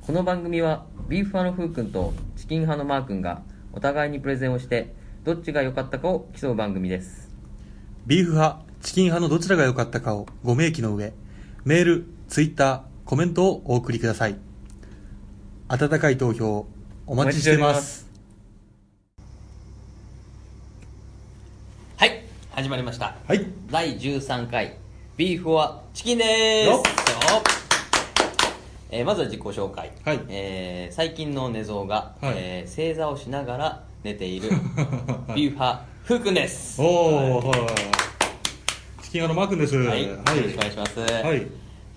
この番組はビーフ派のふうくんとチキン派のまーくんがお互いにプレゼンをしてどっちが良かったかを競う番組ですビーフ派、チキン派のどちらが良かったかをご明記の上、メール、ツイッター、コメントをお送りください。温かい投票、お待ちしています。はい始まりましたはい。第13回ビーフはチキンですよっよっえーまずは自己紹介、はいえー最近の寝相が、はいえー正座をしながら寝てい るビーフ派ふうくんですおー、はい。チキン派のマー君です。はい、よはろしくお願いします、はい。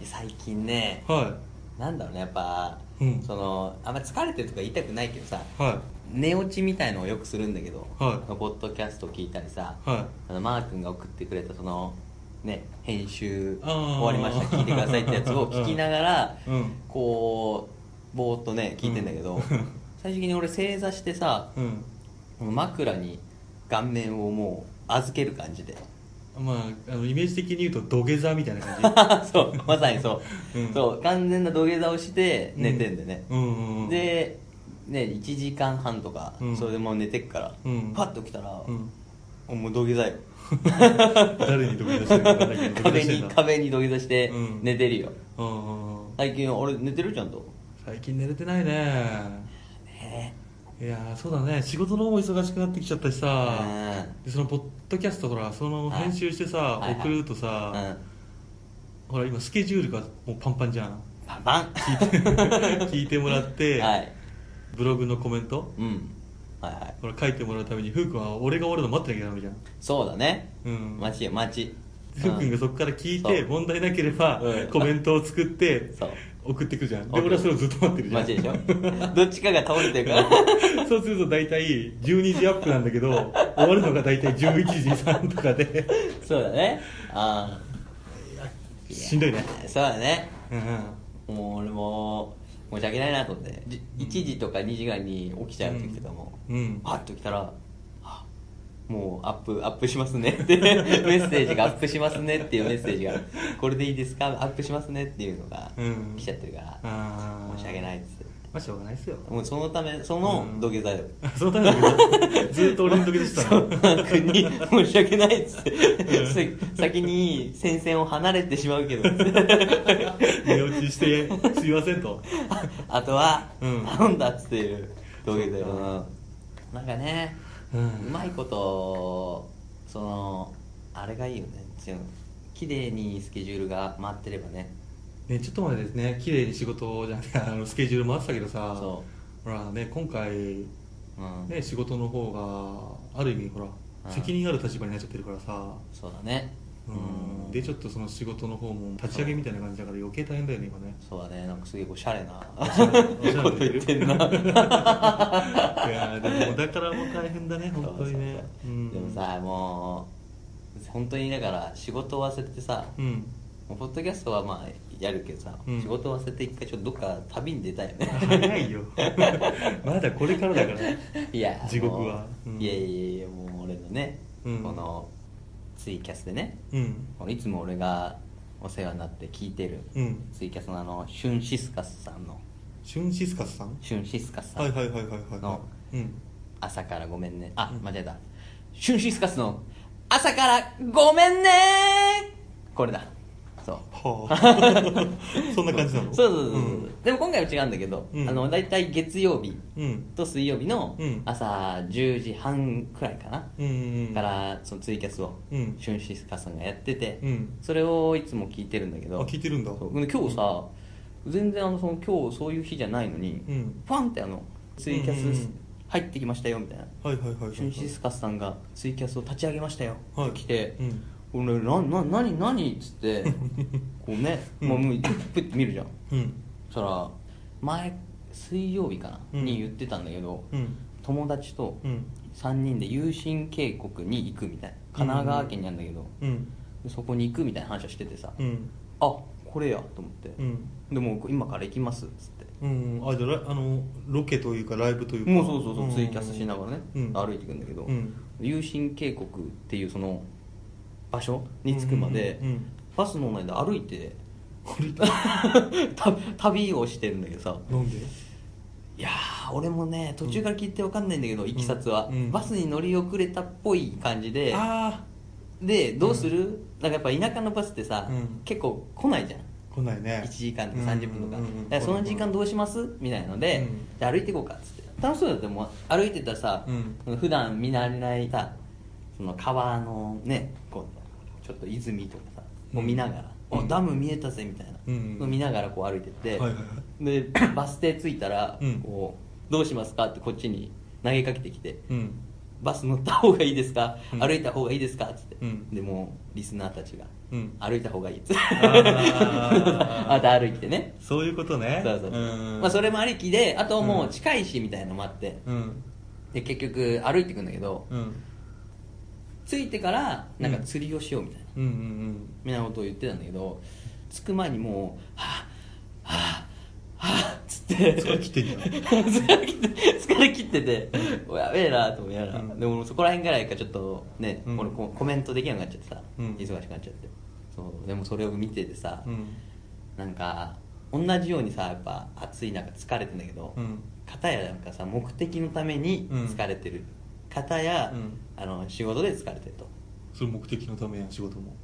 最近ねはなんだろうねやっぱ、うんそのあんまり疲れてるとか言いたくないけどさい。は寝落ちみたいのをよくするんだけど、はいあのポッドキャスト聞いたりさ、い。はい。あのマー君が送ってくれたそのね編集あー終わりました聞いてくださいってやつを聞きながら、うんこうぼーっとね聞いてんだけど、うん最終的に俺正座してさうん。枕に顔面をもう預ける感じ でまあ、あのイメージ的に言うと土下座みたいな 感そうまさにそう、うんそう完全な土下座をしてじ。寝てんでね、うんうんうん。、で、ね、1時間半とか、うんそれでもう寝てっから、うんパッと起きたら、うん。もう土下座よ誰に土下座してるかわかんないけど土下座壁してんにだ壁に土下座してうん寝てるよ、うんうんうん。最近俺寝てるちゃんと最近寝れてないねねいやーそうだね仕事の方も忙しくなってきちゃったしえさ、でそのポッドキャストほらそのはい編集してさ、はいはい送るとさ、うんうんほら今スケジュールがもうパンパンじゃんパンパン 聞いてもらって、はいブログのコメントうんはいはいほら書いてもらうためにふうくんは俺が俺の待ってなきゃダメじゃんそうだねうん待ちよ待ちふうくんがそこから聞いてそう問題なければ、うんコメントを作ってそう送ってくるじゃん送でる俺はそれをずっと待ってるじゃん待ちでしょ どっちかが倒れてるから そうすると大体12時アップなんだけど終わるのが大体11時3とかでそうだねああしんどいねそうだねうんうんもう俺も申し訳ないなと思ってじ1時とか2時ぐらいに起きちゃう時とかも、うんパッと来たらあ「もうアップアップしますね」って メッセージが「アップしますね」っていうメッセージが「これでいいですかアップしますね」っていうのがうん来ちゃってるから、あー申し訳ないっつってまあしょうがないっすよもうそのためそのうん土下座よ、あ そのためだけどずっと俺の時でしたそうのマー君に「申し訳ない」っつって、うんせ 先に戦線を離れてしまうけ ど寝落 ちしてすいませんとあ あとは、うん頼んだっつっていう道具だよななんかね、ううんまいことそのあれがいいよね違う綺麗にスケジュールが回ってればねねちょっと前ですね綺麗に仕事じゃないあのスケジュール回ってたけどさそほらね今回う、うんね仕事の方がある意味ほらん責任ある立場になっちゃってるからさそうだねうんでちょっとその仕事の方も立ち上げみたいな感じだから余計大変だよね今ねそうだねなんかすげえおしゃれなおしゃれ なこと言ってん ないやーでもだからもう大変だね本当にねそうそうそううんでもさもう本当にだから仕事を忘れてさ、うんもうポッドキャストはまあやるけどさ、うん仕事を忘れて一回ちょっとどっか旅に出たいよね 早いよまだこれからだから いや地獄はもううんいやいやいやもう俺のね、うんこのツイキャスでねうんこのいつも俺がお世話になって聞いてる、うんツイキャスのあのシュンシスカスさんのシュンシスカスさんシュンシスカスさん、はいはいはいはいはのいうん朝からごめんねあ、うん間違えたシュンシスカスの朝からごめんねこれだそうは あそんな感じなのそうそうそうそう、んでも今回は違うんだけど、うんあの大体月曜日うんと水曜日のうん朝10時半くらいかな、うんうんからそのツイキャスを、うんシュンシスカさんがやってて、うんそれをいつも聞いてるんだけどあ聞いてるんだそうで今日さ、全然あのその今日そういう日じゃないのに、うんファンってあのツイキャうんうんうスん入ってきましたよみたいな、はいはいはいはいはいシュンシスカスさんがツイキャスを立ち上げましたよ、はい来て、うん俺なな何何っつって こうね、うんもうもうプッて見るじゃんうんそしたら前水曜日かな、うんに言ってたんだけど、うん友達とうん3人で有神渓谷に行くみたいな神奈川県にあるんだけど、うんそこに行くみたいな話をしててさ、うんあこれやと思って、うんでも今から行きますっつってうんあじゃあライあのロケというかライブというかもうそうそうそう、んツイキャスしながらね、うん歩いていくんだけど、うん有神渓谷っていうその場所に着くまで、うんうんうんバスの前で歩いて俺な た旅をしてるんだけどさんでいやー俺もね途中から聞いて分かんないんだけど、いきさつは、うんバスに乗り遅れたっぽい感じであでどうする、なんかやっぱ田舎のバスってさ、うん結構来ないじゃんあ来ないね1時間とか30分とか,、うんうんうんうんだからその時間どうしますみたいので、うんじゃあ歩いていこうかっつって楽しそうだってもう歩いてたらさ、普段見慣れないさその川のねこうちょっと泉とかさうんを見ながら、うんおダム見えたぜみたいな、うんうん見ながらこう歩いてって、はいはいはでバス停着いたら、うんこうどうしますかってこっちに投げかけてきて、うんバス乗った方がいいですか、うん歩いた方がいいですかっつって、うんでもうリスナーたちが、うん歩いた方がいいっつってあー また歩いてねそういうことねそうそうそう、んまあ、それもありきであともうんう近いしみたいなのもあって、うんで結局歩いてくんだけど、うん着いてからなんか釣りをしようみたいな、うんうんみたいなことを言ってたんだけど着く前にもう「はあはあはあ」っつって疲れ切ってんじゃん 疲れ切って疲れ切ってておやべえなと思いながら、うんでもそこら辺ぐらいかちょっとね、うん俺こうコメントできなくなっちゃってさ、うん忙しくなっちゃってそうでもそれを見ててさ、うんなんか同じようにさやっぱ暑い中疲れてんだけど、うん片やなんかさ目的のために疲れてる、片や、うんあの仕事で疲れてるとそれ目的のためやん仕事 も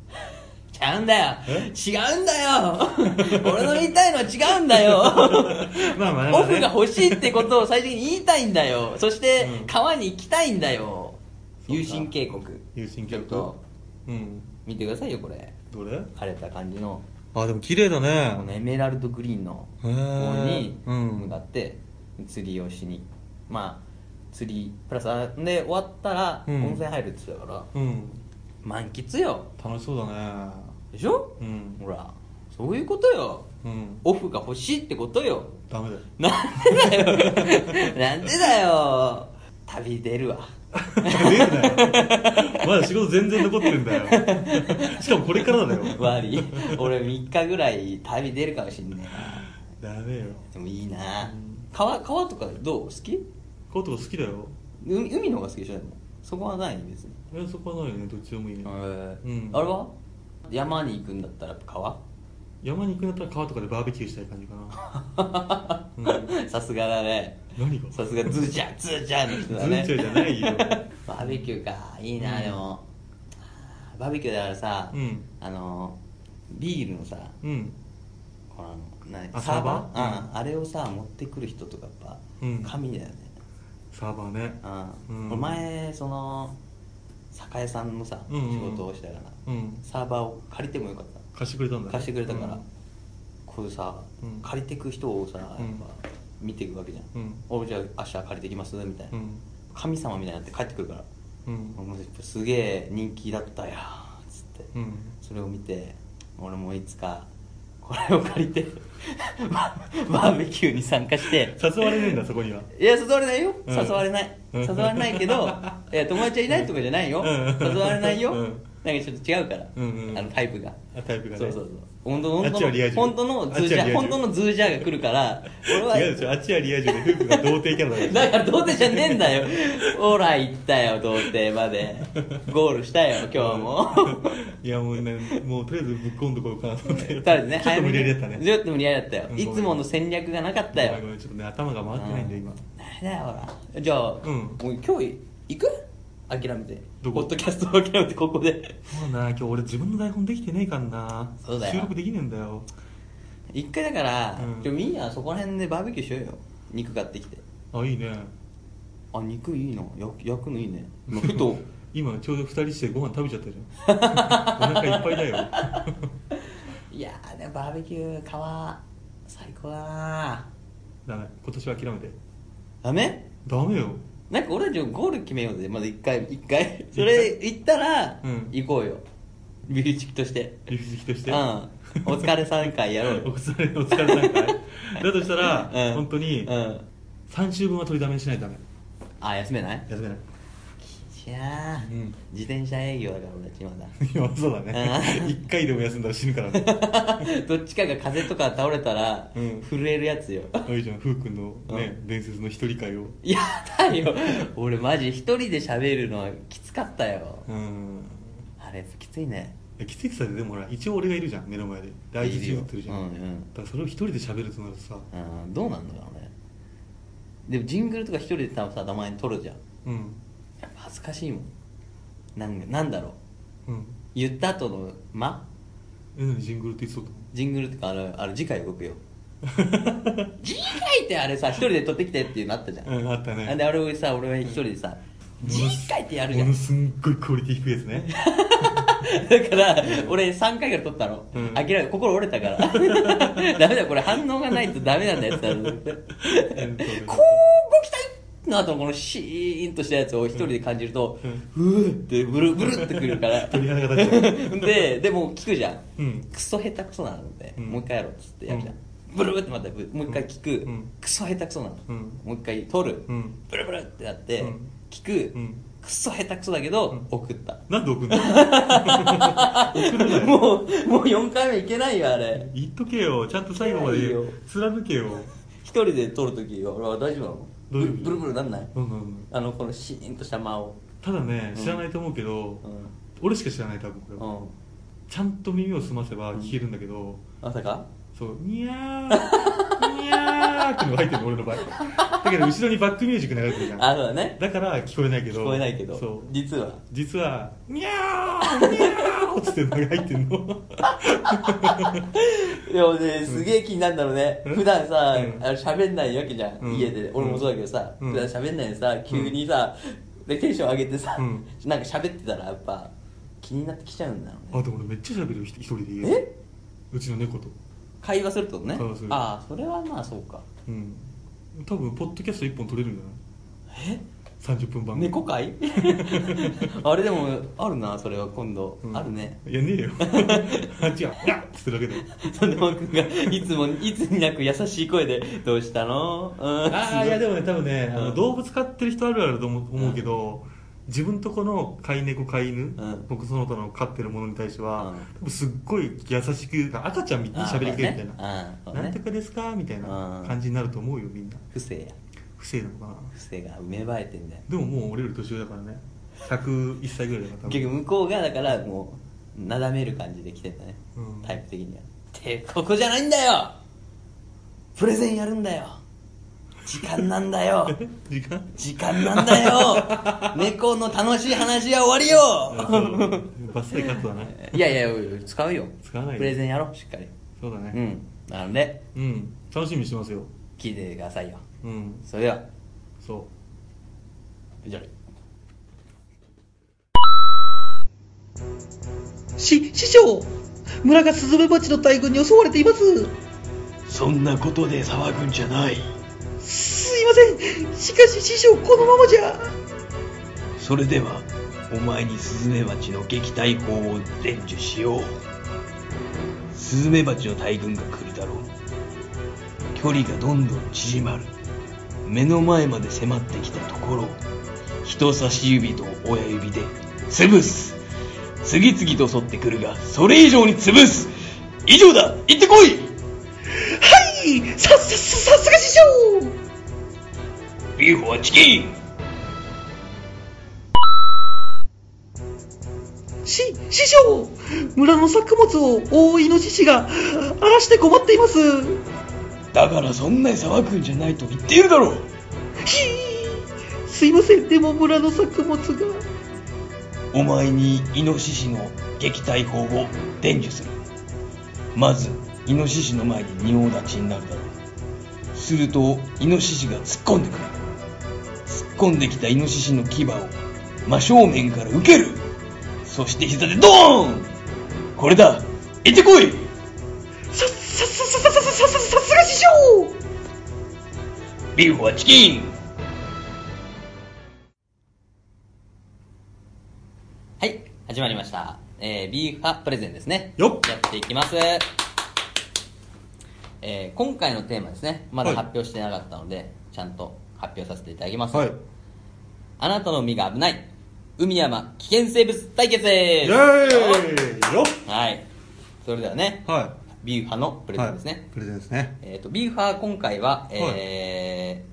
ちゃうんだよえ違うんだよ 俺の言いたいのは違うんだよま あまあオフが欲しいってことを最終的に言いたいんだよそしてうん川に行きたいんだよそうか友神渓谷友人客ちょうん見てくださいよこれどれ枯れた感じのあでも綺麗だこのねエメラルドグリーンのへ方ーにうん向かって釣りをしにまあ釣りプラスあで終わったらうん温泉入るって言ってたからうん満喫よ楽しそうだねでしょうんほらそういうことようんオフが欲しいってことよダメだよなんでだよなんでだよ旅出るわ出るなよ まだ仕事全然残ってるんだよしかもこれからだよ悪い俺3日ぐらい旅出るかもしんねえダメよなでもいいなうん川川とかどう好きコートが好きだよ海海の方が好きでしょでもそこはない別にいやそこはないよねどっちでもいいねうんあれは山に行くんだったらやっぱ川山に行くんだったら川とかでバーベキューしたい感じか な、うん、さすがだね何がさすがズーちゃんズーちゃんの人だねズーちゃんじゃないよ バーベキューかいいな、でもバーベキューだからさ、うんあのビールのさうんこのなあサーバーサーバーうん、あれをさ持ってくる人とかやっぱ、うん神だよねサーバーねううんん、俺前その酒屋さんのさ、うんうん仕事をしたから、うんサーバーを借りてもよかった貸してくれたんだ、ね、貸してくれたから、うんこういうさ、うん借りてく人をさやっぱうん見ていくわけじゃん、うん俺じゃあ明日借りてきますみたいな、うん神様みたいになって帰ってくるから、うんもうやっぱすげえ人気だったやっつって、うんそれを見て俺もいつかこれを借りて ババーベキューに参加して誘われないんだ そこにはいや誘われないよ、うん誘われないうん誘われないけ どいや友達はいないとかじゃないよ、うん誘われないよ、うんなんかちょっと違うから、うんうんあのタイプがあタイプがねそうそうそう本当本あっちはリア充当の本当のズージあャーっちはリア充本当のズージャーが来るから俺は違うでしょあっちはリア充でフープが童貞キャラだからだから童貞じゃねえん だよほら行ったよ童貞までゴールしたよ今日も いやもうねもうとりあえずぶっこんどこうかな と思ってただねちょっと無理や早りだっためねにちょっと無理やりだったようんいつもの戦略がなかったごよめんごめんちょっとね頭が回ってないんだよ今誰だよほらじゃあ、うんもう今日行く諦めてどこポッドキャストを諦めてここでそうな今日俺自分の台本できてねえからなそうだよ収録できねえんだよ一回だから、うんじゃあみんなそこら辺でバーベキューしようよ肉買ってきてあいいねあ肉いいな焼く焼くのいいねまあふと 今ちょうど二人してご飯食べちゃったじゃん お腹いっぱいだよ いやーでもバーベキュー川最高だなダメ今年は諦めてダメダメよなんか俺たちもゴール決めようぜまず一回一回それ行ったら、うん行こうよビューチキとして理不尽としてうんお疲れさん会 やろう およ疲れお疲れさんかいだとしたら、うん本当にうん3週分は取りだめにしないとダメあ休めない休めない いやー、うん自転車営業だから俺たち今だ 今そうだねうん一回でも休んだら死 ぬからねどっちかが風とか倒れたら、うん震えるやつよあいいじゃんふうくんのね、う伝説の一人会をやだよ俺マジ一人で喋るのはきつかったようんあれきついねいや奇跡さででもほら一応俺がいるじゃん目の前で第一中打ってるじゃん、うんうんだからそれを一人で喋るとなるとさうんどうなんだろうねでもジングルとか一人で多分さたまに撮るじゃんうんやっぱ恥ずかしいもんなんかなんだろううん言った後の間え何ジングルって言ってそうとジングルとかあのあの次回動く よ次回ってあれさ一人で撮ってきてっていうのあったじゃん、うんあったねあであれをさ俺は一人でさ「次回」ってやるじゃもんのすんごいクオリティ低いやつねだから俺3回ぐらい撮ったの、うん諦め心折れたから ダメだこれ反応がないとダメなんだやつだろうんそうねこうご期待の後のこのシーンとしたやつを一人で感じると、うーってブルブルってくるから鳥肌が立っちゃうででも聞くじゃん、うんクソ下手くそなので、うんもう一回やろうっつってやるじゃん、うんブルブルってまたぶもう一回聞く、うんクソ下手くそなの、うんもう一回撮る、うんブルブルってなって、うん聞く、うんクソ下手くそだけど、うん送ったなんで送んの送らな いもうもう4回目いけないよあれ言っとけよちゃんと最後までいいよ貫けよ一人で撮るとき俺は大丈夫なの大ブ丈ル夫ブルブルなんないうんうんうんあのこのシーンとした間をただねうん知らないと思うけど、う俺しか知らない多分これは、ん、うん、ちゃんと耳を澄ませば聞けるんだけど、まさかそうニャーニャーってのが入ってるの俺の場合だけど後ろにバックミュージック流れてるじゃんあそうだねだから聞こえないけど聞こえないけどそう実は実は「にゃーにゃー」っつってのが入ってんのでもねすげえ気になるんだろうね、うん普段さ、うんあの喋んないわけじゃん、うん家で俺もそうだけどさ、うん普段喋んないでさ急にさ、でテンション上げてさ、うんなんか喋ってたらやっぱ気になってきちゃうんだろうあねでも俺めっちゃ喋るひ一人で家でえうちの猫と会話するってことね会話するああそれはまあそうかうん多分ポッドキャスト1本撮れるんじえゃない30分番組猫会 あれでもあるなそれは今度、うんあるね いやねえよ あ違う「にゃー」っつってるだけだよそんでも君がいつも いつになく優しい声で「どうしたの?」うんああいやでもね多分ね、あうのん動物飼ってる人あるあると思う思うけど、自分とこの飼い猫飼い犬、ん僕その他の飼ってるものに対しては、うん多分すっごい優しく赤ちゃんみたいに喋りかけるみたいな「なあーそうだねなんとかですか?」みたいなうん感じになると思うよみんな不正や不正なのかな不正が芽生えてんだよでももう俺より年上だからね101歳ぐらいだから多結 局分向こうがだからもうなだめる感じで来てたね、うんタイプ的にはてここじゃないんだよプレゼンやるんだよ時間なんだよ時間時間なんだ よ猫の楽しい話は終わりよそうバッサリカットだねいやいや使うよ使わないよプレゼンやろうしっかりそうだうねんなのでうん、楽しみにしてますよ聞いててくださいようんそれではそ以上し、師匠村がスズメバチの大群に襲われていますそんなことで騒ぐんじゃないすいませんしかし師匠このままじゃそれではお前にスズメバチの撃退法を伝授しようスズメバチの大群が来るだろう距離がどんどん縮まる目の前まで迫ってきたところ人差し指と親指で潰す次々と襲ってくるがそれ以上に潰す以上だ行ってこいはいさ、さ、さ、さすが師匠ビューフォーチキンし、師匠村の作物を大イノシシが荒らして困っていますだからそんなに騒ぐんじゃないと言っているだろうひーすいませんでも村の作物がお前にイノシシの撃退法を伝授するまずイノシシの前で仁王立ちになるだろうするとイノシシが突っ込んでくる突っ込んできたイノシシの牙を真正面から受けるそして膝でドーンこれだ行ってこいさ、さ、さ、さ、さ、さ、さ、さすが師匠ビーフはチキンはい始まりました、えー、ビーファプレゼンですねよっやっていきます、えー、今回のテーマですねまだはい発表してなかったので、ちゃんと発表させていただきます、うはいあなたの身が危ない海山危険生物対決イでエすーイよっはいそれではねはビーファのプいレゼンですね、はいプレゼンですねえっ、とビーファー今回は、えー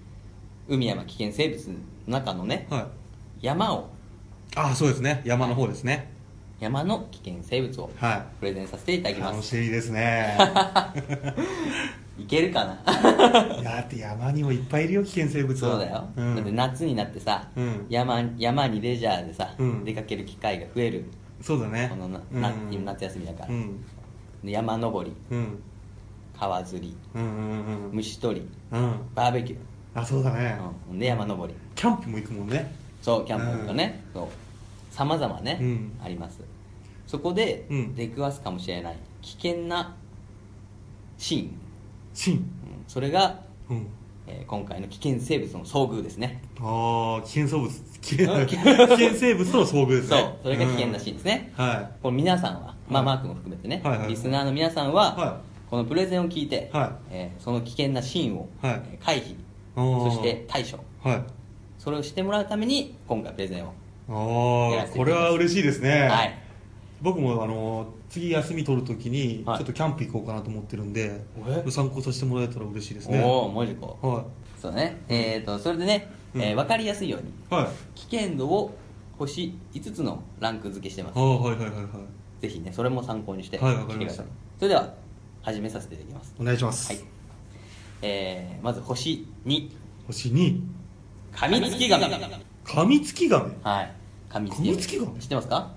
海山危険生物の中のね、はい山をああそうですね山の方ですね山の危険生物をはプレゼンさせていただいきま楽すしみですね いけるかな だって山にもいっぱいいるよ危険生物はそうだよ、んだって夏になってさ、うん山山にレジャーでさ、うん出かける機会が増えるそうだねこのな、うんな今夏休みだから、うんで山登りうん川釣りうんうんうんうん虫取りうんバーベキュー、あそうだね、うん、で山登りキャンプも行くもんねそうキャンプ行くとね、そうさまざまね、うんありますそこでうん出くわすかもしれない危険なシーン、シンうんそれが、うんえー今回の危険生物の遭遇ですねああ危険生物危険うん 危険生物との遭遇ですねそうそれが危険なシーンですね、うんはこれ皆さんは、まあ、マー君も含めてね、はいはいリスナーの皆さんは、はこのプレゼンを聞いて、はえーその危険なシーンを、はいえー回避おーそして対処いはいそれをしてもらうために今回プレゼンを、やあらあせていただきますこれは嬉しいですねはい僕もあの次休み取るときにちょはいっとキャンプ行こうかなと思ってるんで、え参考させてもらえたら嬉しいですねおおマジかはそうだねえっ、とそれでね、え分かりやすいようにいはい危険度を星5つのランク付けしてまあすーはいはいはいはいぜひねそれも参考にしてはいわ聞かいてくりまだしたさいそれでは始めさせていただきますお願いします、はいえー、まず星2星2噛みつきガメカミツキガメはい噛みつき噛みつきガメ知ってますか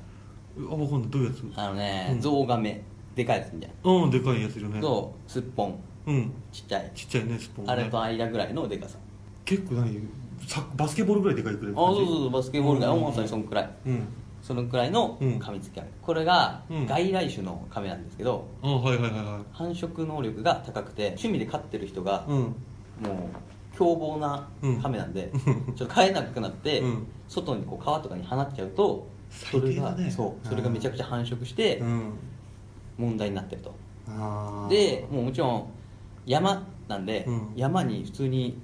あわかんないどういうやつあのね、うんゾウガメでかいやつみたいうんでかいやついるねなゾウすっぽんうんちっちゃいちっちゃいねスポンねあれと間ぐらいのでかさ結構何サバスケボールぐらいでかいくらあいそうそうそうバスケボールがうん本当にそのくらいうんそのくらいのうんカミツキガメこれがうん外来種のカメなんですけどあはいはいはいは繁殖能力が高くて趣味で飼ってる人がいうんもう凶暴なカメなんで、うんちょっと飼えなくなって、うん外にこう川とかに放っちゃうとそれが、最低だねそううんそれがめちゃくちゃ繁殖してうん問題になってると、あーでもうもちろん山なんで、うん山に普通に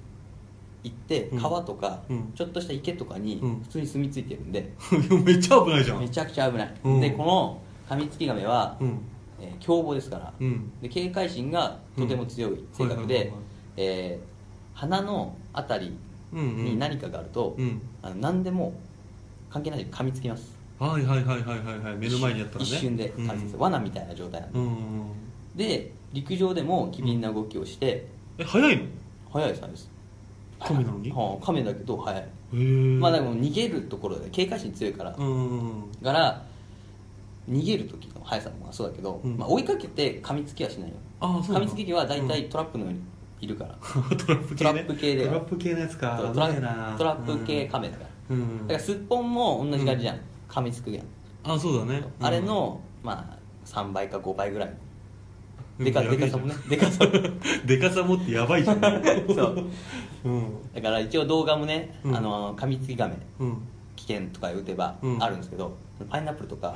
行ってうん川とか、うんちょっとした池とかにうん普通に住み着いてるんで、 めっちゃ危ないじゃめんちゃくちゃ危ない、うんでこのカミツキガメは、うんえー凶暴ですから、うんで警戒心がとても強い性格はいはいではいはいえー鼻のあたりうんうんに何かがあると、うんあの何でも関係ないで噛みつきますはいはいはいはいはいはい目の前にやったらね一瞬でう噛んみつきます、罠みたいな状態なんで,、うんうんうんで陸上でも機敏な動きをして、え早いのへ速いサイズカメなのにはあ、カメだけど速い、えまあでも逃げるところで警戒心強いから、うんうんうんから逃げる時の速さもそうだけど、うんまあ、追いかけて噛みつきはしないよああそうな噛のみつき毛は大体トラップのようにいるから、 トラップト系ラねップ系でトラップ系のやつかトラ危ないなトラップ系カメだから、うん、うだんからすっぽんも同じ感じじゃん、噛みつくやん、あそうだねあれのまあ3倍か5倍ぐらいうんでかやべでえじゃかんさもねでかさも でかさ持ってやばいじゃん そううんだから一応動画もね、うんあの噛みつきガメうん危険とか打てばうんあるんですけど、パイナップルとか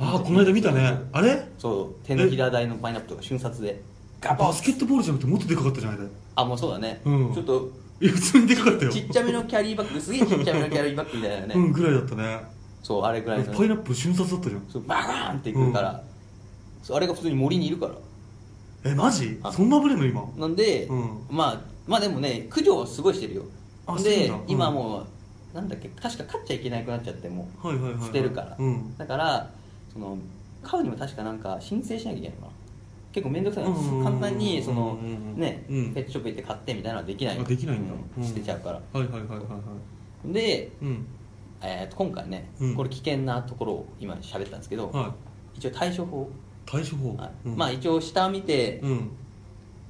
ああこの間見たねあれそう手のひら大のパイナップルとか瞬殺でガポバンスケットボールじゃなくてもっとでかかったじゃないだあもうそうだね、うんちょっといや普通にでかかったよちっちゃめのキャリーバッグすげえちっちゃめのキャリーバッグみたいなね、うんぐらいだったねそうあれぐらいのパイナップル瞬殺だったじゃんそうバカーンっていくから、そうあれが普通に森にいるからえマジあそんな危ねえの今なんで、うんまあまあでもね駆除はすごいしてるよあで、そうなんだうん今もうなんだっけ確か飼っちゃいけなくなっちゃってもはいはいはいはうい捨てるから、うんだからその飼うにも確かなんか申請しなきゃいけないのかな結構面倒くさいうんうんのうん簡単にそのうんうんうんねペうんットショップ行って買ってみたいなのはできないあのできないんだう捨てちゃうからはいはいはいはいはいで、うんえーと今回ね、うんこれ危険なところを今喋ったんですけど、は一応対処法、い対処法はいうんまあ一応下を見てうん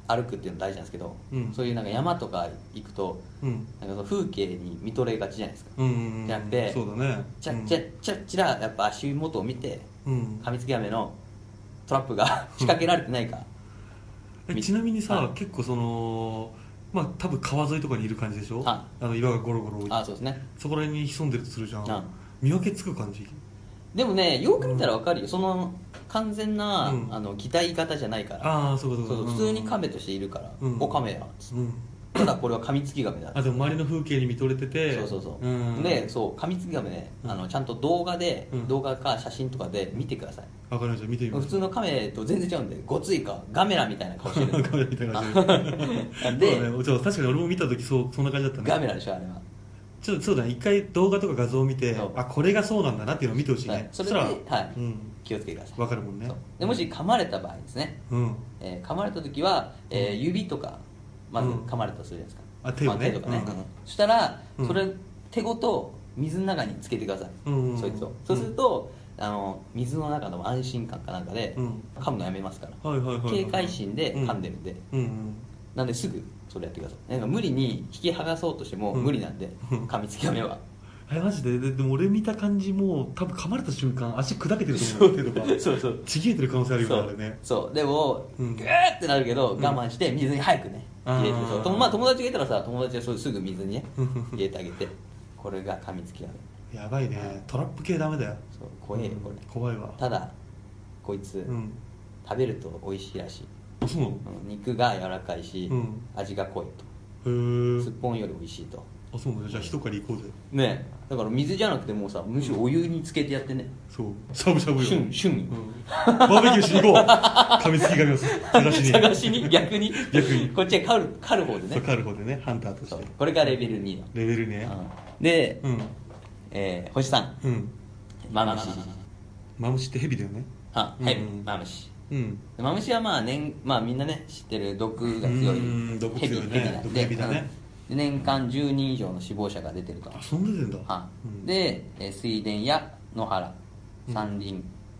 歩くっていうの大事なんですけど、うんそういうなんか山とか行くとうんなんかその風景に見とれがちじゃないですか、うんうんうんじゃなくてそうだねちゃうんちゃちゃちらやっぱ足元を見てうんカミツキガメのトラップが 仕掛けられてないか、えちなみにはさい結構そのまあ多分川沿いとかにいる感じでしょはあの岩がゴロゴロあそうですねそこら辺に潜んでるとするじゃあん見分けつく感じでもねよく見たらわかるよ、その完全な、うんあの擬態型じゃないからああそうかそそううかそう普うん通にカメとしているから、うんおカメやうんただこれはカミツキガメだあでも周りの風景に見とれててそうそうそう、うんでそうカミツキガメねあのちゃんと動画で、うん動画か写真とかで見てください、わかりました見てみま普す通のカメと全然違うんでごついかガメラみたいな顔して るんカメラみたいな感じでそうねちょっと確かに俺も見た時そうそんな感じだったねガメラでしょあれはちょっとそうだね一回動画とか画像を見てそうあこれがそうなんだなっていうのを見てほしいはいねそれでしたらはいうん気をつけてくださいわかるもんねそうでもし噛まれた場合ですね、うんえー噛まれた時は、えー指とかまずうん噛まれたとするじゃないですか、あ手をまね手とかね、うんそしたら、うんそれ手ごと水の中につけてください、うんそいつをそうすると、あの水の中の安心感かなんかで、うん噛むのやめますから、はいはいはいは警い戒心で噛んでるんで、うんうんなんですぐそれやってくださいなんか無理に引き剥がそうとしてもうん無理なんで、うん噛みつきは目はえマジでででも俺見た感じもう多分噛まれた瞬間足砕けてると思う手とかそうそうちぎれてる可能性あるよそねあれうねそうでも、うんグーってなるけどうん我慢して水に早くねあー入れてそうともまあ、友達がいたらさ友達はそうすぐ水にねうん入れてあげてこれが噛みつきだねやばいねトラップ系ダメだよそう怖えようんこれ、怖いわただこいつ、うん食べると美味しいらしいあそうなうん肉が柔らかいし、うん味が濃いのとへすっえぽんより美味しいとあそうなのじゃあ一狩り行こうぜねえだから水じゃなくてもうさむしろお湯につけてやってねそうしゃぶしゃぶよシュンシュンうんバーベキューしに行こう 噛みつき神を探しに探しに逆に逆にこっちは狩る狩る方でそうね狩る方でねハンターとしそうてこれがレベル2の、レベルねうんで、うんえー星さんうんマムシマムシってヘビだよねはうんはいマムシうんマムシはまあ年まあみんなね知ってる毒が強いうん毒ヘビ強いねヘビなん毒でヘビだねうんで年間10人以上の死亡者が出てるとあそんな出てんだはうんで、えー水田や野原山林、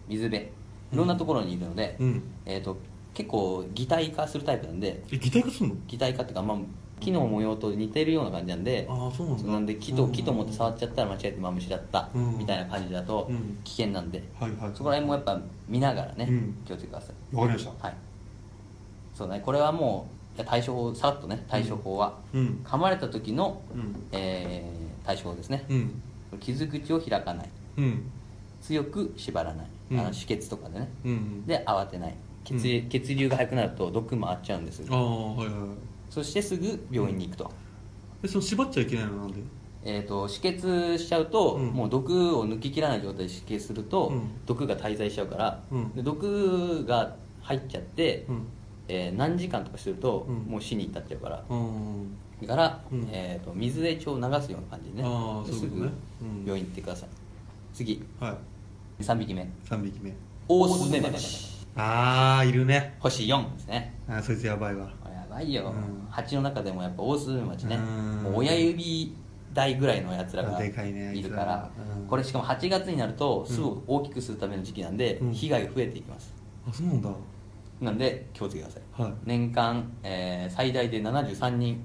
水辺いろんなところにいるので、うんえー、と結構擬態化するタイプなんでえ擬態化すんの擬態化っていうか、まあ、木の模様と似てるような感じなんであーそうなんだで木と木と思って触っちゃったら間違えてマムシだったうんみたいな感じだとうん危険なんで、はいはいそこら辺もやっぱ見ながらね、うん気をつけてくださいわかりましたはいそうねこれはもういや対処法さらっとね対処法は、うん噛まれた時の、うんえー対処法ですね、うん傷口を開かないうん強く縛らない、うんあの止血とかでね、うんで慌てない血,、血流が速くなると毒回っちゃうんですああはいはいはいそしてすぐ病院に行くと,、えその縛っちゃいけないのなんでえー、と止血しちゃうと、うんもう毒を抜き切らない状態で止血すると、うん毒が滞在しちゃうから、うんで毒が入っちゃって、うんえー何時間とかすると、うんもう死に至っちゃうから、うんだから、うんえー、と水で血を流すような感じでねあーそういすうことぐねうん病院行ってください、次は3匹目い3匹目オオスズメバチああいるね星4ですねあーそいつやばいわこれやばいよ、うん蜂の中でもやっぱオオスズメバチね、うんもう親指台ぐらいのやつらがでかいねあいいつるらからはうんこれしかも8月になるとすぐ大きくするための時期なんで、うん被害が増えていきますあそうなんだなんで気をつけてください、はい年間、えー最大で73人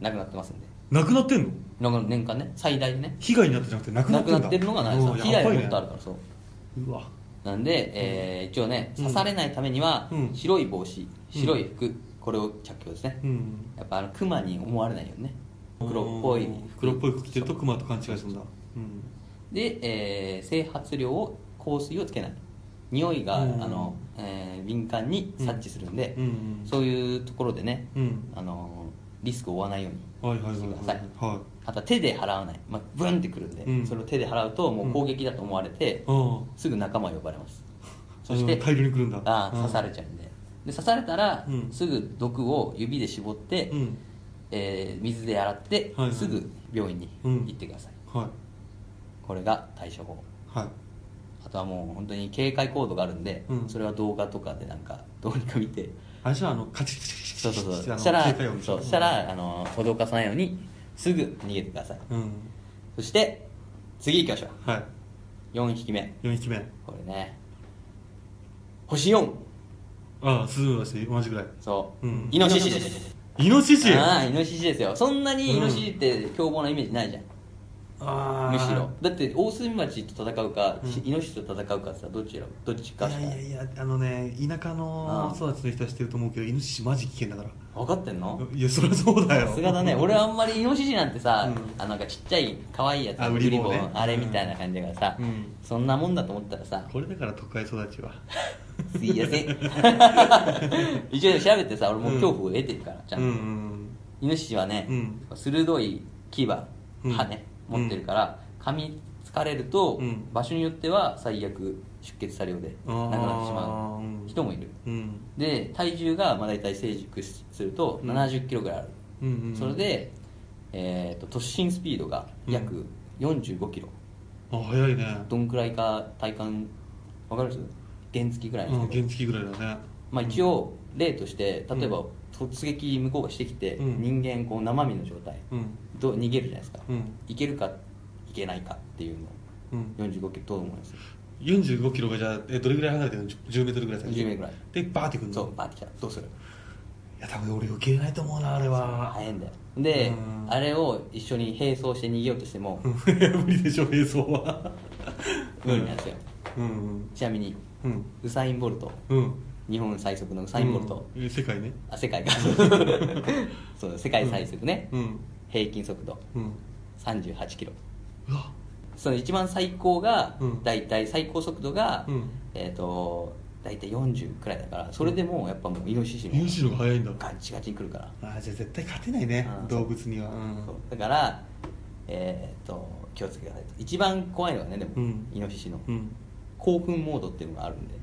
亡くなってますんでなくなってんのなんか年間ね最大でね被害になってじゃなくてなくな亡ってくんだなってるのがないですうん被害がやもばいっねとあるからそううわなんで、えー一応ね刺されないためには、うん白い帽子白い服、これを着用ですね、うんやっぱあのクマに思われないようにね黒っぽいうん黒っぽい服着てるとクマと勘違いするんだうんで、えー、整髪料を香水をつけない匂いが、うんあのえー敏感に察知するんで、うんうんそういうところでね、うんあのリスクを負わないようはいはいにはいしてくだはさいいはあとは手で払わない、まあ、ブンってくるんで、うんそれを手で払うともう攻撃だと思われて、うんああすぐ仲間呼ばれますそあしのて大量に来るんだああうん刺されちゃうんでで刺されたら、うんすぐ毒を指で絞って、うんえー水で洗って、はいはいすぐ病院にうん行ってください、はいこれが対処法はいあとはもう本当に警戒コードがあるんで、うんそれは動画とかでなんかどうにか見てあれじゃあのカチッチそうそうそうあのしたら警戒音でしそょうしたらあの脅かさないようにすぐ逃げてください、うんそして次行きましょうはい4匹目4匹目これね星4ああスズメバチと同じぐらいそう、うんイノシシですイノシシああイノシシですよそんなにイノシシって凶暴なイメージないじゃん、あーむしろだって大隅町と戦うか、イノシシと戦うかさどっち選ぶどっちかいしやかいやいやあのね田舎のうん育ちの人は知ってると思うけどイノシシマジ危険だから分かってんのいやそりゃそうだよさすがだね俺はあんまりイノシシなんてさ、うんあのなんかちっちゃい可愛いやつあウウリリボボン、ンねあれみたいな感じがさ、うんそんなもんだと思ったらさこれだから都会育ちはすいません 一応調べてさ俺もう恐怖を得てるからちゃうんんと、うんイノシシはね、うん鋭い牙歯うんね、持ってるから噛みつかれると、うん場所によっては最悪出血作量であ亡くーなってしまうんう人もいる、うんで体重がまあ大体成熟するとうん7 0キロぐらいある、うんうんそれで、えー、と突進スピードが約45キロ、あ早いねどんくらいか体感わかる人原付ぐらいうんの原付ぐらいだねまあ、一応例として例えばうん突撃向こうがしてきて、うん人間こう生身の状態、うんどう逃げるじゃないですか、うんいけるかいけないかっていうのうん45キロどう思います45キロがじゃあえどれぐらい離れてるの10 10メートルぐらい先10メートルでバーってくるのそうバーってきたどうするいや多分俺受けれないと思うなあれは早いんだよでうんあれを一緒に並走して逃げようとしてもうんい や無理でしょ映像は無理なんですよ、うんちなみにうんうんウサイン・ボルトうん日本最速のウサイン・ボルト、うん世界ねあ世界がそう世界最速ね、うん平均速度うん38キロうわその一番最高が、うんだいたい最高速度が、うんえっ、と大体40くらいだからそれでもうやっぱもうイノシシのイノシシの方が早いんだガチガチに来るからあーじゃあ絶対勝てないねうん動物にはうんそうだからえっ、と気をつけてください一番怖いのはねでも、うんイノシシの、うん興奮モードっていうのがあるんで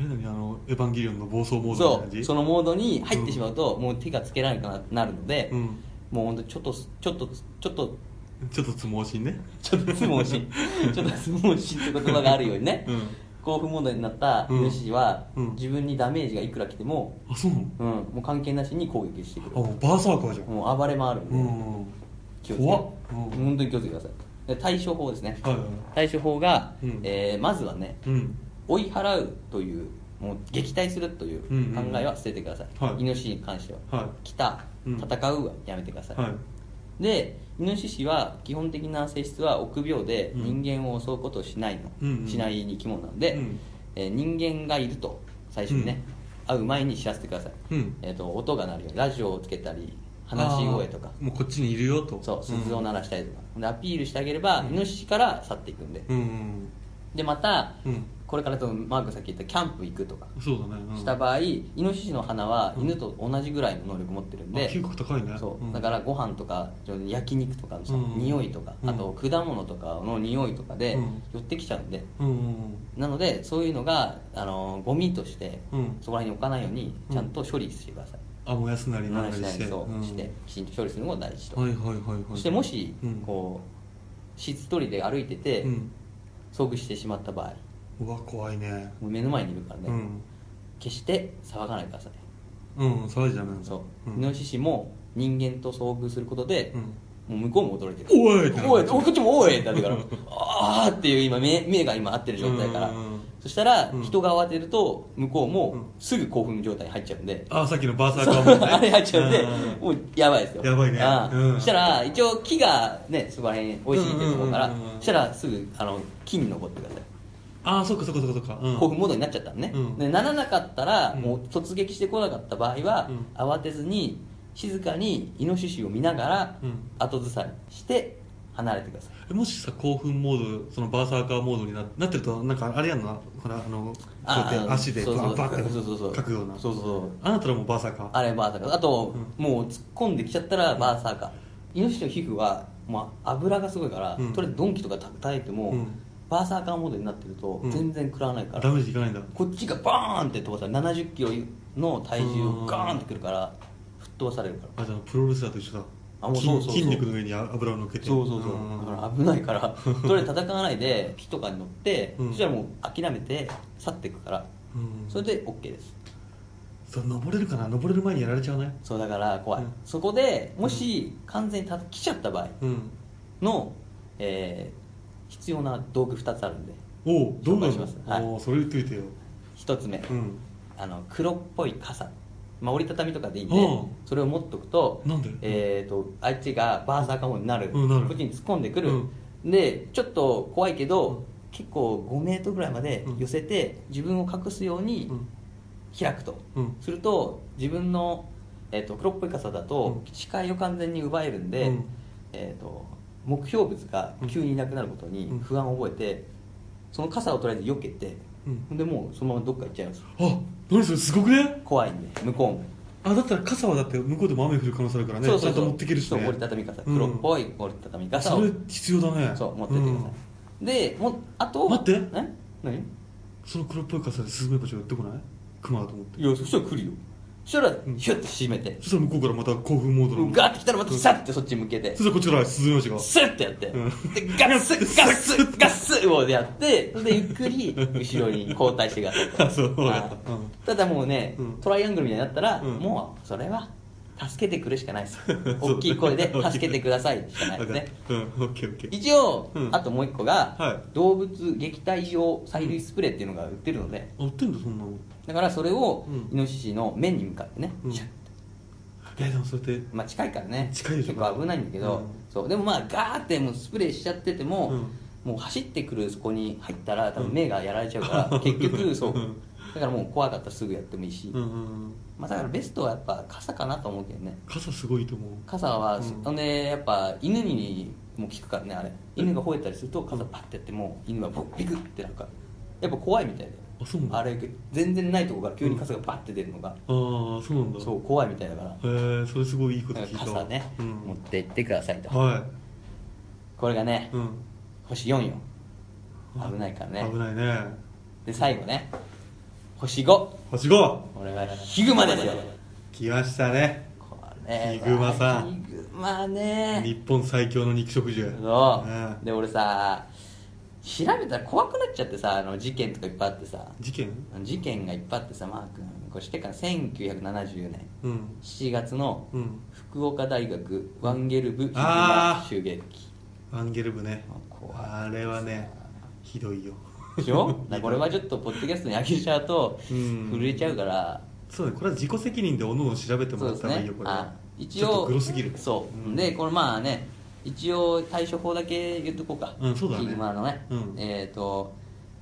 え何あのエヴァンゲリオンの暴走モードみたいなそ感うじそのモードに入ってしまうと、もう手がつけられなくなるので、うんもう本当ちょっとちょっとちょっとちょっとつもうしんねちょっと相撲しちょっと相撲しって言葉があるようにね、うん興奮モードになったイノシシは、うん自分にダメージがいくら来ても、あそうなのうん、もう関係なしに攻撃してくあるもうバーサーカーじゃんもう暴れ回るんで、うん気をつけて怖っうん本当に気をつけてくださいで対処法ですね、はいはい対処法が、うんえーまずはねうん追い払うというもう撃退するといううんうん考えは捨ててください、はいイノシシに関しては、はい来たうん戦うはやめてください、はでイノシシは基本的な性質は臆病でうん人間を襲うことをしないの、うんうんしない生き物なので、うんえー人間がいると最初にね、会う前に知らせてください、うんえー、と音が鳴るようにラジオをつけたり話し声とかあーもうこっちにいるよとそう鈴をな鳴らしたりとか、でアピールしてあげれば、イノシシから去っていくんで、うんうんでまた、うんこれからとマークさっき言ったキャンプ行くとかうんそうだねうんした場合、イノシシの鼻は犬と同じぐらいの能力持ってるんで、あ結構高いねそううんだからご飯とか焼肉とかのさ、うん匂いとか、うんあと果物とかの匂いとかでうん寄ってきちゃうんで、うんうんなのでそういうのがあのゴミとして、うんそこら辺に置かないようにちゃんと処理してください、あ燃やすなりなんなしりないしてそう、うんしてきちんと処理するのが大事と、はいはいはいはいそしてもし、うんこうしっとりで歩いてて、うん遭遇してしまった場合うわ怖いねもう目の前にいるからね、うん決して騒がないでくださいうん騒いじゃダメなんだそう、うイんノシシも人間と遭遇することで、うんもう向こうも驚いてるおいってなるおいこっちもおいってなるからあーっていう今目目が今合ってる状態からうんうんうんそしたらうん人が慌てると向こううもんすぐ興奮状態に入っちゃうんで、あさっきのバーサーカそーもうね あれ入っちゃうんで、んもうやばいですよやばいねあーうんそしたら一応木がねそこら辺おいしいっていうところから、うんうんうんうんそしたらすぐあの木に登ってくださいあーそっかそっかそっかそっかうん興奮モードになっちゃったのね、うんでならなかったら、うんもう突撃してこなかった場合は、うん慌てずに静かにイノシシを見ながらうん後ずさりして離れてください、えもしさ興奮モードそのバーサーカーモードにななってるとなんかあれやんなほらあのこうやって足でそうバそうッバッそうそうそうて書くようなそうそうそうあなたらもうバーサーカーあれバーサーカーあと、うもう突っ込んできちゃったらバーサーカーイノシシの皮膚はもう油がすごいから、うんとりあえずドンキとか叩いても、うんバーサーカーモードになってるとうん全然食らわないから、ダメージいかないんだこっちがバーンって飛ばされ70キロの体重がガーンってくるから吹っ飛ばされるからあじゃあプロレスラーと一緒だあもう筋そうそうそう筋肉の上に油を乗っけてそうそうそうだから危ないからそれ戦わないで木とかに乗って、うんそしたらもう諦めて去っていくからうんそれで OK ですそれ登れるかな登れる前にやられちゃうねそうだから怖い、うんそこでもし完全にた来ちゃった場合うんの、えー必要な道具2つあるんでおおどんどん紹介しますはいおーそれ言っといてよ1つ目、うんあの黒っぽい傘、まあ、折りたたみとかでいいんでうんそれを持っとくとなんでえー、とあっちがバーサーカモになる,、うんなるこっちに突っ込んでくる、でちょっと怖いけど、結構5メートルぐらいまで寄せて、自分を隠すようにうん開くと、うんすると自分の、えー、と黒っぽい傘だとう視界を完全に奪えるんで、うんえー、と目標物が急にいなくなることに不安を覚えて、その傘をとりあえず避けて、うんほんでもうそのままどっか行っちゃいますあ何それすごくね怖いんで向こうも。あだったら傘はだって向こうでも雨降る可能性あるからねそうそうそうちゃんと持っていけるしそうね折りたたみ傘黒っぽい折りたたみ傘を、それ必要だねそう持ってってください、うんでもうあと待ってえ何その黒っぽい傘でスズメバチが寄ってこないクマだと思っていやそしたら来るよそしたらヒュッと閉めてそしたら向こうからまた興奮モードのガーって来たらまたサッてそっち向けてそしたらこっちからスズメバチがスッてやって、うんでガッスッガッスッガッスッをやってでゆっくり後ろに後退してくださいとあそうはいわかったうんただもうね、うんトライアングルみたいになったら、うんもうそれは助けてくるしかないです そう大きい声で大きい声「助けてください」しかないですねわかったうんオッケーオッケー一応、うんあともう一個が、は動物撃退用催涙スプレーっていうのが売ってるのであ売ってんだそんなのだからそれを、うんイノシシの面に向かってね、うんシャッてえでもそれってまあ、近いからね近いでしょ結構危ないんだけど、うんそうでもまあガーってもうスプレーしちゃってても、うんもう走ってくるそこに入ったら多う分ん目がやられちゃう から、結局そう、うんだからもう怖かったらすぐやってもいいし、うんうんうんまあ、だからベストはやっぱ傘かなと思うけどね傘すごいと思う傘は、うんほんでやっぱ犬にも効くからねあれ犬が吠えたりすると傘パッてやってもう犬がボッビクってなんかやっぱ怖いみたいであそうなんだあれ全然ないとこから急に傘がバッて出るのが、ああそうなんだそう怖いみたいだからへえそれすごいいいこと聞いた傘ね、うん持って行ってくださいと、はこれがね、いうん星4よ危ないからね危ないねで最後ね星5星5俺はヒグマですよ来ましたねこれはヒグマさんヒグマね日本最強の肉食獣そう、ねで俺さ調べたら怖くなっちゃってさあの事件とかいっぱいあってさ事件事件がいっぱいあってさマー君これ知ってっから1970年うん7月のうん福岡大学ワンゲル部ヒグマあー襲撃アンゲルブね怖いあれはねひどいよでしょだからこれはちょっとポッドキャストに上げちゃうとうん震えちゃうから、そうねこれは自己責任でおのおの調べてもそうらでっすた方がいいねよこれはあ一ちょっと応黒すぎるそう、んでこれまあね一応対処法だけ言っとこうか、うんそうだねヒグマのね、うんえっ、と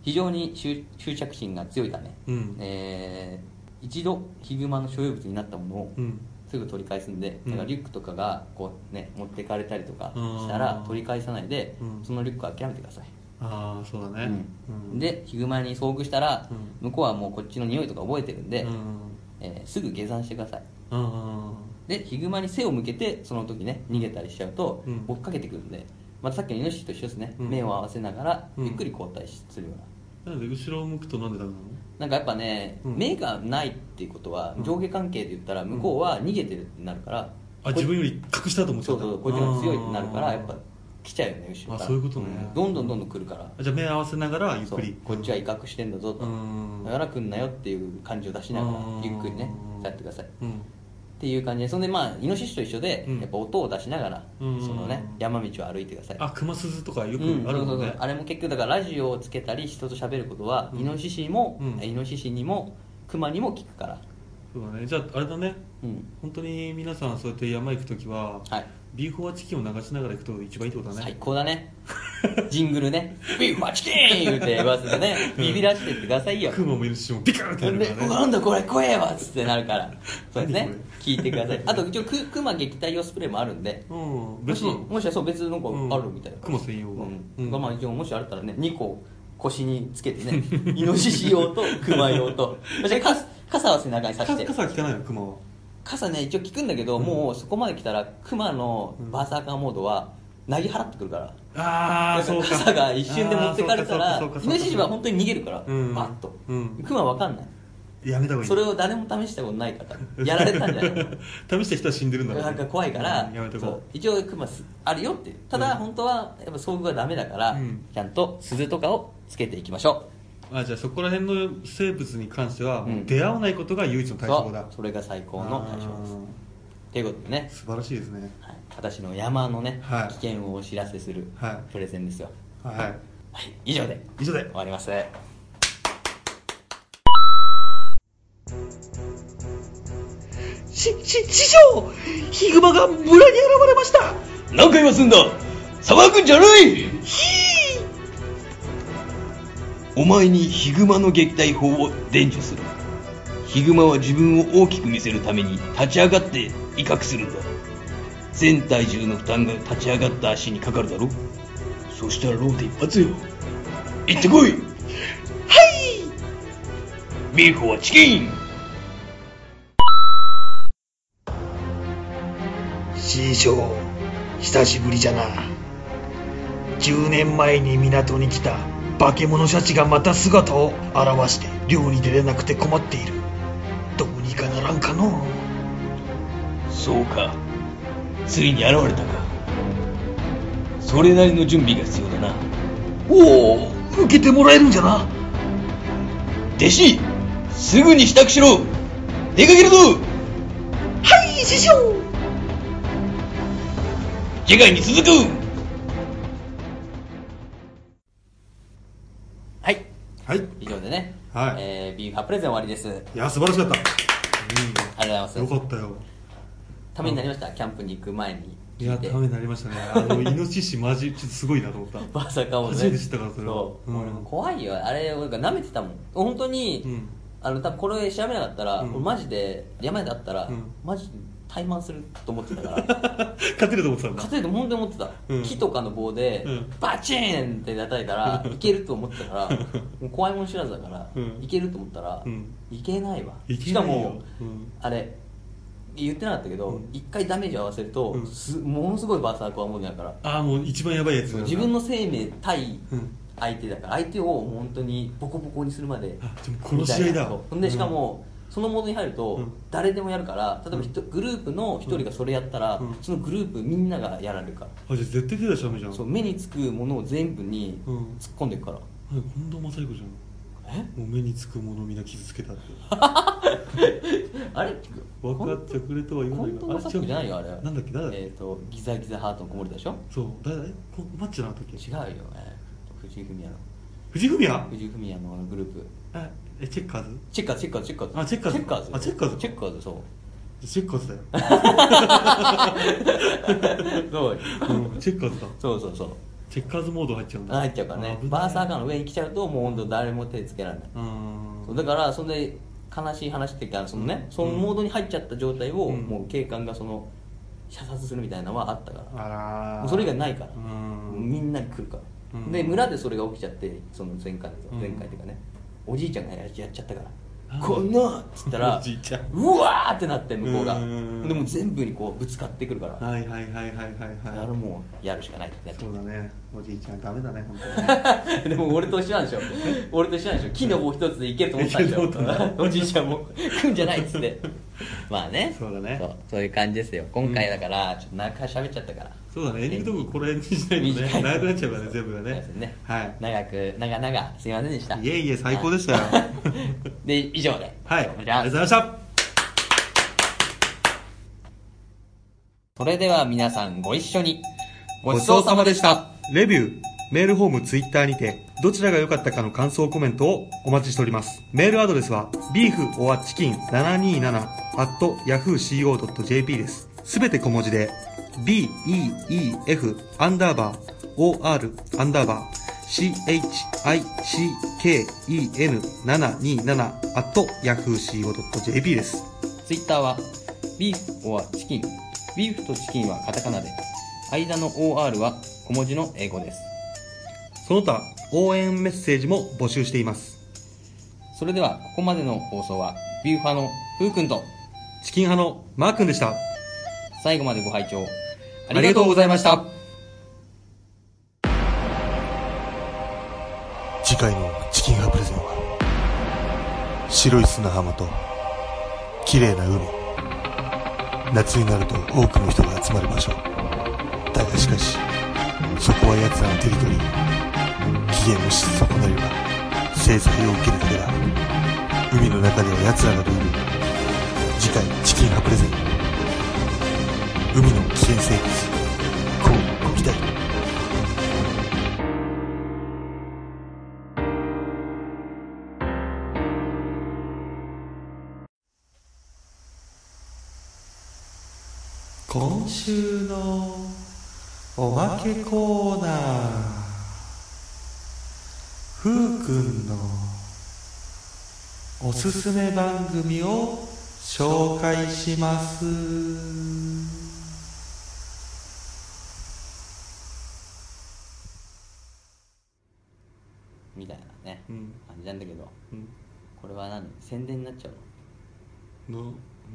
非常に執執着心が強いため、うんえー一度ヒグマの所有物になったものをうんすぐ取り返すんで、うんだからリュックとかがこうね持ってかれたりとかしたらうん取り返さないで、うんそのリュックは諦めてください、ああそうだねうんでヒグマに遭遇したら、う向こうはもうこっちの匂いとか覚えてるんで、うんえーすぐ下山してくださいうんでヒグマに背を向けてその時ね逃げたりしちゃうとうん追っかけてくるんで、またさっきのイノシシと一緒ですね、うん目を合わせながらうんゆっくり後退するような、なんで後ろを向くとなんでダメなのなんかやっぱね、うん目がないっていうことはうん上下関係で言ったら向こうは逃げてるってなるから、あ自分より隠したと思っちゃそうったそうこっちが強いってなるからやっぱ来ちゃうよね後ろからあそういうことねんどんどんどんどん来るからあじゃあ目合わせながらゆっそくうりこっちは威嚇してんだぞと、うんだから来んなよっていう感じを出しながらうんゆっくりねやってくださいうんっていう感じでそんでまあイノシシと一緒で、うんやっぱ音を出しながら、うんそのね山道を歩いてくださいあ熊鈴とかよくうんあるもんそうそうねそうあれも結局だからラジオをつけたり人と喋ることは、うんイノシシも、うんイノシシにもクマにも効くからそうだねじゃああれだねうん本当に皆さんそうやって山行く時ははいビーフォアチキンを流しながら行くと一番いいってことだ最ね高だねジングル ね「ビーフはチキン!」言うて言わせてねビビらしてってくださいよクマもいるしもビカーンってほやんでるか「らねなんだこれ怖えわ」っつってなるからそうですね 何こ聞いてくださいあと一応ククマ撃退用スプレーもあるんでうんも別しのもしはそう別のがあるみたいな、うんクマ専用がうんうんがまあ一応もしあったらね2個腰につけてね イノシシ用とクマ用 とそして傘傘は背中にさして傘傘は効かないのクマは傘ね一応効くんだけど、もうそこまで来たらクマのバーサーカーモードは投げ払ってくるから、ああそうか傘が一瞬で持ってかれたらイあーそうかそうかそうかノシシは本当に逃げるから、うんバッと、うんクマわかんないやめた方がいいそれを誰も試したことないからやられたんじゃない 試した人は死んでるんだろうねなんか怖いから、うんやめとそうこ一応クマすあるよっていうただうん本当はやっぱ遭遇はダメだから、うんちゃんと鈴とかをつけていきましょうあじゃあそこら辺の生物に関してはうんもう出会わないことが唯一のう対処法だそうそれが最高の対処法ですということでねす、素晴らしいですねはい、私の山のね、はい危険をお知らせするはプレゼンですよいはいはい以上で以上で終わりますし、し、師匠ヒグマが村に現れました何回もすんださばくんじゃないひーお前にヒグマの撃退法を伝授するヒグマは自分を大きく見せるために立ち上がって威嚇するんだ全体重の負担が立ち上がった足にかかるだろそしたらローテ一発よ行ってこいはいビーフはチキン師匠久しぶりじゃな10年前に港に来た化け物シャチがまた姿を現して漁に出れなくて困っているどうににかならんかのそうかついに現れたかそれなりの準備が必要だなおお受けてもらえるんじゃな弟子すぐに支度しろ出かけるぞはい師匠次回に続くはいはい。以上でね、はいえー、ビーフハプレゼン終わりですありいや、素晴らしかった。がとうございますよかったよ。ためになりましたキャンプに行く前にいや、聞いてためになりましたね。あの、イノシシマジ、ちょっとすごいなと思 った。まさかもね初めて知ったから、それは。そう、ん俺も怖いよあれ俺が舐めてたもん本当に、うんあの多分これ調べなかったら、うん俺マジで山であったら、うんマジで怠慢すると思ってたから 勝てると思ってたんだ。勝てると本当に思ってた、うん木とかの棒で、うんバチーンって叩いたらいけると思ってた からもう怖いもん知らずだから、うんいけると思ったら、うんいけないわいけしなかいよも、うんあれ言ってなかったけど、うん一回ダメージ合わせると、うんすものすごいバーサークはもうないからああ、もう一番やばいやつだな自分の生命対うん相手だから相手をもう本当にボコボコにするまであでも殺し合いだみたなそうほんうでんしかもそのモードに入るうとん誰でもやるから例えばひとグループの1人がそれやったらうんそのグループみんながやられるかあ、じゃあ絶対手出しちゃダメじゃん。らそうはい、目につくものを全部にうん突っ込んでいくから近藤正彦じゃん。えもう目につくものみんな傷つけたって。あれ分かってくれとは言わない本当のサックじゃないよあれなんだっけ誰だっけえっとギザギザハートの子守でしょそう、誰だえこマッチじゃなかったっ違けうよね藤井フミヤの藤文也藤井フミヤのあのグループあえ、チェッカーズチェッカーズチェッカーズチェッカーズあチェッカーズチェッカーズあチェッカーズチェッカチーズそうェッカーズだよ。そううんチェッカーズだ。そうそうそうチェッカーズモード入っちゃうんだ。入っちゃうからね危ないバーサーカーの上に来ちゃうともう本当誰も手つけられない、うーん。そうだからそんで悲しい話っていうかそのね、うんそのモードに入っちゃった状態を、うんもう警官がその射殺するみたいなのはあったかあら、もらうーそれ以外ないから、うーんみんなに来るから、うんで村でそれが起きちゃってその前回のうん前回っていうかね、おじいちゃんがやっちゃったから「あーこんな!」っつった らおじいちゃんうわーってなって向こうがうんでもう全部にこうぶつかってくるから、はいはいはいはいはいあれはもうやるしかないってないっちゃうそうだねおじいちゃんダメだね本 当でも俺と一緒なんでしょ俺と一緒なんでしょ木の棒一つでいけると思ったんでしいけると思ったんょおじいちゃんも来んじゃないっつって まあねそうだねそうそういう感じですよ今回だから、ちょっと何回喋っちゃったからそうだねエンディングトークこれにしないと短ねい長くなっちゃうからね全部がそうですねねはい長く長々すいませんでしたいえいえ最高で したよで以上でははいありじがゃとうあございましたそれでは皆さんご一緒にごちそうさまでした。レビュー、メールフォーム、ツイッターにて、どちらが良かったかの感想コメントをお待ちしております。メールアドレスは、beeforchicken727-yahooco.jp です。すべて小文字で、beef アンダーバー or アンダーバー chicken727-yahooco.jp です。ツイッターはビーフ or チキンビーフとチキンはカタカナで間の OR は小文字の英語ですその他、応援メッセージも募集しています。それではここまでの放送はビューファのふうくんとチキン派のマー君でした。最後までご拝聴あありりがとがとううごござざいいままししたた。次回のチキンハプレゼンは白い砂浜と綺麗な海夏になると多くの人が集まる場所だがしかしそこは奴らのテリトリー期限をし損なれば制裁を受けるだけだ海の中では奴らがルール次回チキンハプレゼン海の危険生物こうご期待今週のおまけコーナーふうくんのおすすめ番組を紹介しますみたいなねうん感じなんだけどうんこれは何宣伝になっちゃうの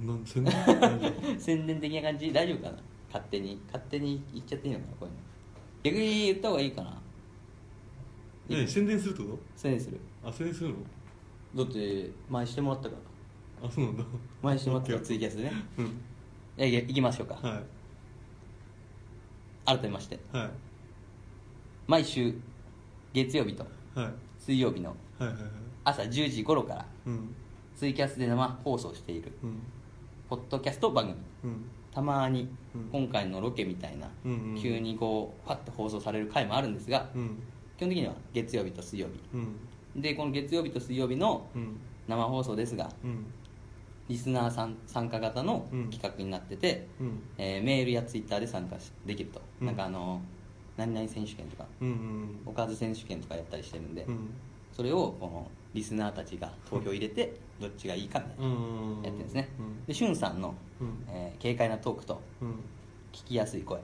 ななんせね大丈夫宣伝的な感じ大丈夫かな勝手に勝手に言っちゃっていいのかなこういうの逆に言った方がいいかなね宣伝するってこ宣伝するとあ宣伝するのだって前してもらったからあそうなんだ毎週末のツイキャスでねうんいやいや行きましょうか、は改めましていは毎週月曜日といはい水曜日のはいはいはい朝10時頃からうんツイキャスで生放送しているうんポッドキャスト番組うんたまにうん今回のロケみたいな、うんうん急にこうパッと放送される回もあるんですが、うん基本的には月曜日と水曜日うんでこの月曜日と水曜日のうん生放送ですがうんリスナーさん参加型のうん企画になってて、うんえーメールやツイッターで参加しできると、うんなんかあの何々選手権とかうんうんおかず選手権とかやったりしてるんで、うんそれをこのリスナーたちが投票入れてどっちがいいかみたいな、うやっんてるんですね、うんでしゅんさんの、うんえー軽快なトークとうん聞きやすい声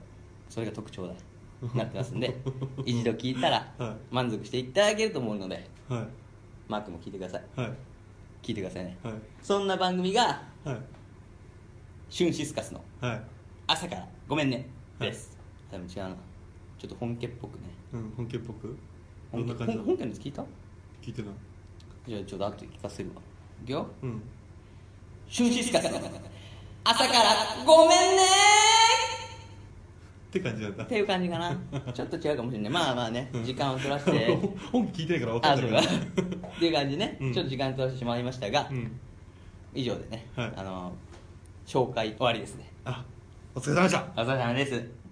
それが特 徴だなってますんで一度聞いたらは満足していただけると思うのではマークも聞いてくださいいはい聞いてくださいねはいそんな番組がはい「シュンシスカスのはい朝からごめんね」はいです、でも違うなちょっと本家っぽくねうん本家っぽくど本ん家な感じ本本なの家のやつ聞いた聞いてないじゃあちょっと後で聞かせるわいくようんシュンシスカスの朝からごめんねって感じなんだっていう感じかなちょっと違うかもしれないまあまあね時間を取らせて 本気聞いてないから分かあんそうなか いけっていう感じね、うんちょっと時間取らせてしまいましたが、どうん以上でね、はいあの紹介終わりですねあお疲れ様でしたお疲れ様です